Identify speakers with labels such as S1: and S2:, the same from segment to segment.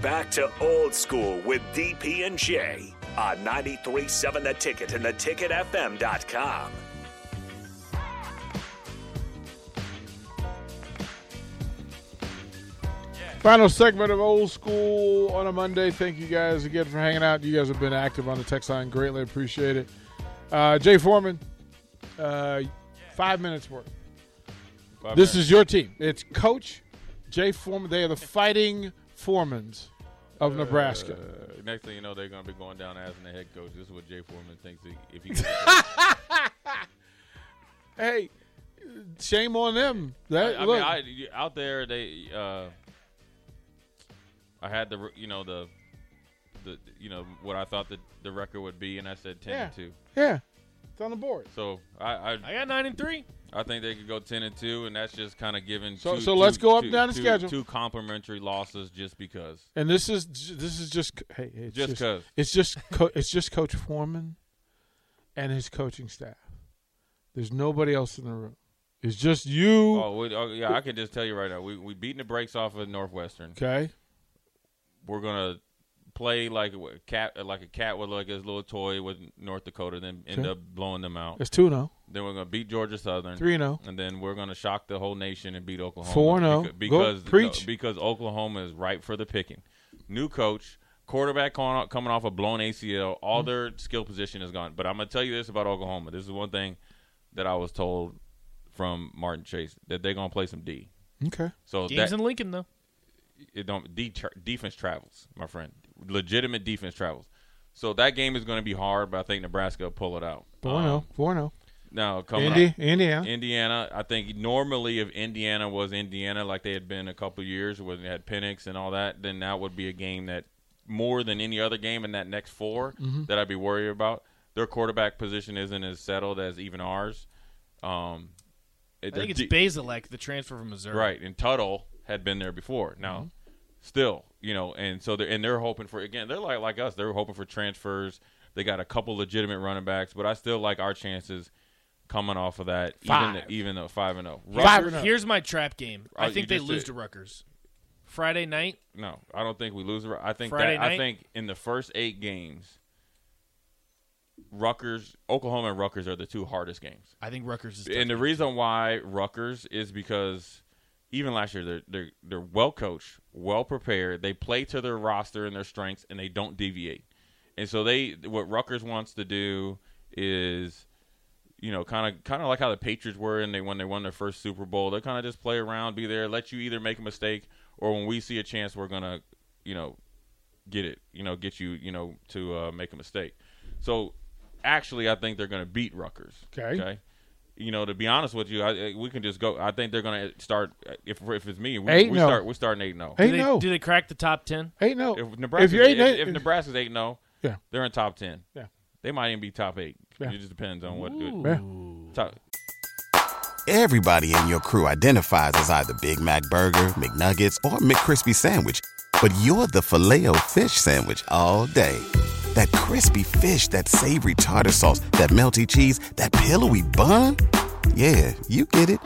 S1: Back to old school with DP and J on 93.7 The Ticket and theticketfm.com.
S2: Final segment of old school on a Monday. Thank you guys again for hanging out. You guys have been active on the text line. Greatly appreciate it. Uh, Jay Foreman, uh, five minutes worth. this is your team. It's Coach Jay Foreman. They are the fighting Foremans of Nebraska.
S3: Uh, next thing you know, they're going to be going down as the head coach. This is what Jay Foreman thinks he- if he. I,
S2: Hey, shame on them. That,
S3: I
S2: look,
S3: mean, I, you- out there they. Uh, I had the you know the, the you know what I thought the the record would be, and I said ten
S2: Yeah.
S3: and two.
S2: yeah, it's on the board.
S3: So I I,
S4: I got nine and three.
S3: I think they could go ten and two, and that's just kind of giving.
S2: So-
S3: two-
S2: so
S3: two-
S2: let's go up
S3: two-
S2: and down the
S3: two-
S2: schedule.
S3: Two complimentary losses just because.
S2: And this is this is just hey, it's
S3: Just
S2: just,
S3: 'cause.
S2: it's just co- it's just Coach Foreman and his coaching staff. There's nobody else in the room. It's just you.
S3: Oh, we, oh yeah, I can just tell you right now, we we beating the brakes off of Northwestern.
S2: Okay.
S3: we're gonna play like a cat, like a cat with like his little toy with North Dakota, then end
S2: Okay.
S3: up blowing them out.
S2: It's oh. 2 0,
S3: Then we're gonna beat Georgia Southern,
S2: 3 0.
S3: and then we're gonna shock the whole nation and beat Oklahoma.
S2: 4-0. oh.
S3: beca-
S2: Go,
S3: because
S2: preach.
S3: no, because Oklahoma is ripe for the picking. New coach, quarterback coming off, coming off a blown ACL, all
S2: Mm-hmm.
S3: their skill position is gone. But I'm gonna tell you this about Oklahoma. This is one thing that I was told from Martin Chase that they're gonna play some D.
S2: Okay.
S3: So
S4: Games
S3: that,
S4: in Lincoln though.
S3: it don't de- tra- defense travels, my friend. Legitimate defense travels. So that game is going to be hard, but I think Nebraska will pull it out.
S2: 4 0. 4 0.
S3: Now coming up-
S2: Indy, Indiana.
S3: Indiana, I think normally if Indiana was Indiana, like they had been a couple years where they had Pennix and all that, then that would be a game that more than any other game in that next 4
S4: Mm-hmm.
S3: that I'd be worried about. Their quarterback position isn't as settled as even ours. Um,
S4: I think it's Basilek, the transfer from Missouri.
S3: Right, and Tuttle had been there before. Now, still, you know, and so they're and they're hoping for again. They're like like us. They're hoping for transfers. They got a couple legitimate running backs, but I still like our chances coming off of that.
S4: Five.
S3: Even even though five and zero.
S4: Here's,
S2: Five and oh.
S4: here's my trap game.
S3: Oh,
S4: I
S3: you
S4: think they
S3: just
S4: lose
S3: did.
S4: to Rutgers. Friday night.
S3: No, I don't think we lose. the- I think
S4: Friday
S3: that I
S4: night?
S3: think in the first eight games, Rutgers, Oklahoma, and Rutgers are the two hardest games.
S4: I think Rutgers is.
S3: And
S4: tough.
S3: the reason why Rutgers is because even last year they're they're they're well coached, well prepared. They play to their roster and their strengths, and they don't deviate. And so they what Rutgers wants to do is, you know, kind of kind of like how the Patriots were, and they when they won their first Super Bowl, they kind of just play around, be there, let you either make a mistake or when we see a chance, we're gonna, you know, get it, you know, get you, you know, to uh, make a mistake. So actually, I think they're gonna beat Rutgers.
S2: Okay.
S3: Okay. You know, to be honest with you, I, I- we can just go. I think they're gonna start. If if it's me, we,
S2: Eight
S3: we
S2: no.
S3: start. We're starting eight zero.
S4: do,
S2: 8
S4: they,
S2: 0.
S4: do they crack the top ten?
S2: 8 0.
S3: If Nebraska's
S2: you're eight
S3: eight,
S2: and
S3: if,
S2: eight-
S3: if Nebraska's eight no,
S2: Yeah.
S3: they're in top ten.
S2: Yeah.
S3: They might even be top eight.
S2: Yeah.
S3: It just depends on what. Good,
S2: Yeah.
S3: top,
S5: Everybody in your crew identifies as either Big Mac Burger, McNuggets, or McCrispy Sandwich, but you're the filet fish Sandwich all day. That crispy fish, that savory tartar sauce, that melty cheese, that pillowy bun. Yeah, you get it.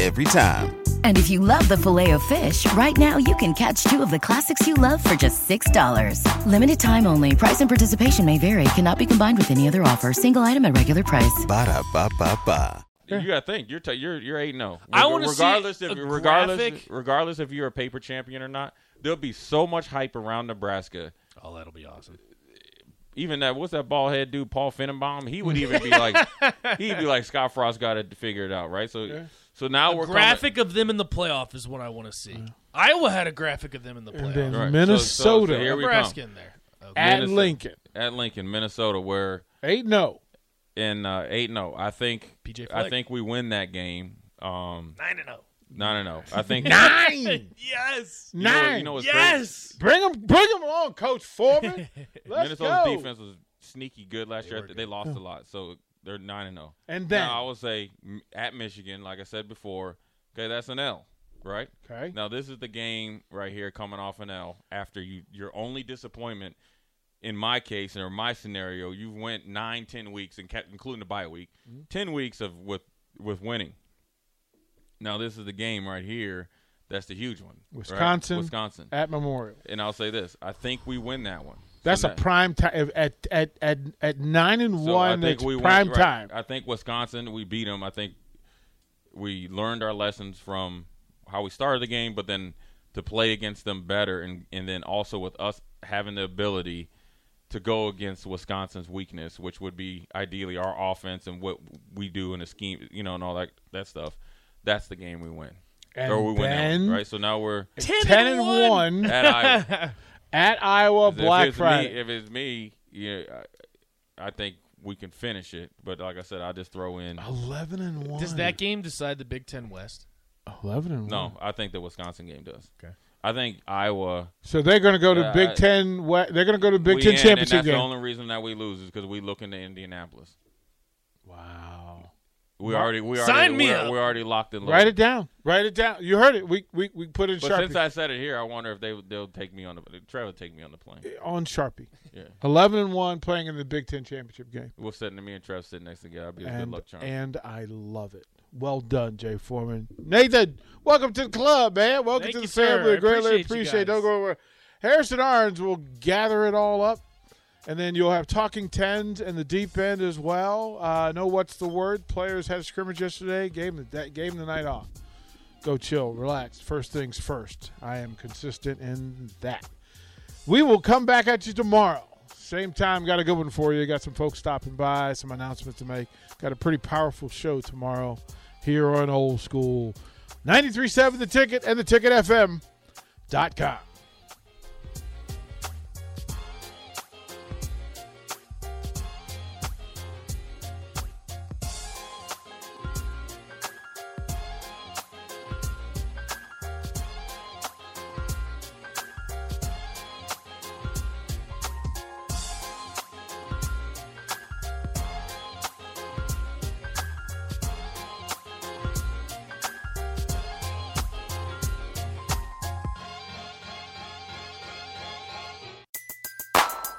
S5: Every time.
S6: And if you love the filet of fish, right now you can catch two of the classics you love for just $6. Limited time only. Price and participation may vary. Cannot be combined with any other offer. Single item at regular price.
S5: Ba-da-ba-ba-ba.
S3: You gotta think you're t- you're you're eight no.
S4: I wanna see
S3: regardless
S4: a
S3: if regardless
S4: graphic-
S3: regardless if you're a paper champion or not. There'll be so much hype around Nebraska.
S4: Oh, that'll be awesome.
S3: Even that what's that ball head dude Paul Finnenbaum? He would even be like he'd be like Scott Frost got to figure it out, right? So so now we're coming-
S4: graphic of them in the playoff is what I want to see. Iowa had a graphic of them in the playoff.
S2: then
S3: Right. So- so- so
S2: Minnesota.
S3: here we come.
S4: Nebraska in there. Okay.
S2: at
S3: Minnesota.
S2: Lincoln.
S3: at Lincoln, Minnesota, where
S2: 8 0.
S3: in uh, eight no. I think
S4: PJ
S3: I
S4: Fleck.
S3: think we win that game. Um,
S4: Nine and zero.
S3: No, no, no. I think
S2: Nine.
S4: Yes.
S3: You know what-
S2: Nine.
S3: You know what's crazy?
S4: Yes.
S2: bring him, bring him on, Coach Foreman. Let's
S3: Minnesota's
S2: go.
S3: defense was sneaky good last year. They lost a lot, so they're nine and zero.
S2: And then-
S3: now I would say m- at Michigan, like I said before, okay, that's an L, right?
S2: Okay.
S3: Now this is the game right here coming off an L after you your only disappointment. In my case or my scenario, you went nine, ten weeks, and kept, including the bye week,
S2: Mm-hmm.
S3: ten weeks of with with winning. Now this is the game right here. That's the huge one. right?
S2: Wisconsin.
S3: Wisconsin.
S2: At Memorial.
S3: And I'll say this: I think we win that one.
S2: That's
S3: So
S2: a
S3: that-
S2: prime time at at at at nine and
S3: so I
S2: one.
S3: think
S2: That's
S3: we win-
S2: prime
S3: right.
S2: time.
S3: I think Wisconsin. We beat them. I think we learned our lessons from how we started the game, but then to play against them better, and and then also with us having the ability to go against Wisconsin's weakness, which would be ideally our offense and what we do in a scheme, you know, and all that that stuff. That's the game we win,
S2: And
S3: or we win that
S2: then-
S3: one, right? So now we're
S4: Ten,
S2: Ten and one,
S3: at Iowa.
S2: at Iowa
S3: If
S2: Black
S3: it's
S2: Friday.
S3: Me, if it's me, yeah, I, I think we can finish it. But like I said, I just throw in.
S2: Eleven and one.
S4: Does that game decide the Big Ten West?
S2: Eleven and one.
S3: No, I think the Wisconsin game does.
S2: Mm-hmm. Okay.
S3: I think Iowa.
S2: So they're going to go to
S3: Yeah, I-
S2: Big Ten. we- They're going to go to Big
S3: we
S2: Ten
S3: in, and
S2: championship
S3: that's
S2: game.
S3: the only reason that we lose is because we look into Indianapolis.
S2: wow.
S3: We already we
S4: Sign
S3: already
S4: me
S3: we're,
S4: up.
S3: we're already locked in.
S2: Write it down. Write it down. You heard it. We we, we put in
S3: But since
S2: Sharpie
S3: I said it here, I wonder if they they'll take me on the Trevor take me on the plane.
S2: on Sharpie.
S3: Yeah.
S2: Eleven and one playing in the Big Ten championship game.
S3: We'll sit and me and Trev sitting next to I'll be a good
S2: and,
S3: luck charm.
S2: and I love it. Well done, Jay Foreman. Nathan, welcome to the club, man. Welcome
S4: Thank
S2: to the
S4: you,
S2: family.
S4: sir. I
S2: Greatly
S4: appreciate you
S2: appreciate it. Don't
S4: guys.
S2: go over. Harrison Arns will gather it all up, and then you'll have talking tens and the deep end as well. Uh, know what's the word? Players had a scrimmage yesterday. Game the- that game the night off. Go chill, relax. First things first. I am consistent in that. We will come back at you tomorrow. Same time, got a good one for you. Got some folks stopping by, some announcements to make. Got a pretty powerful show tomorrow here on Old School 937 The Ticket and theticketfm.com.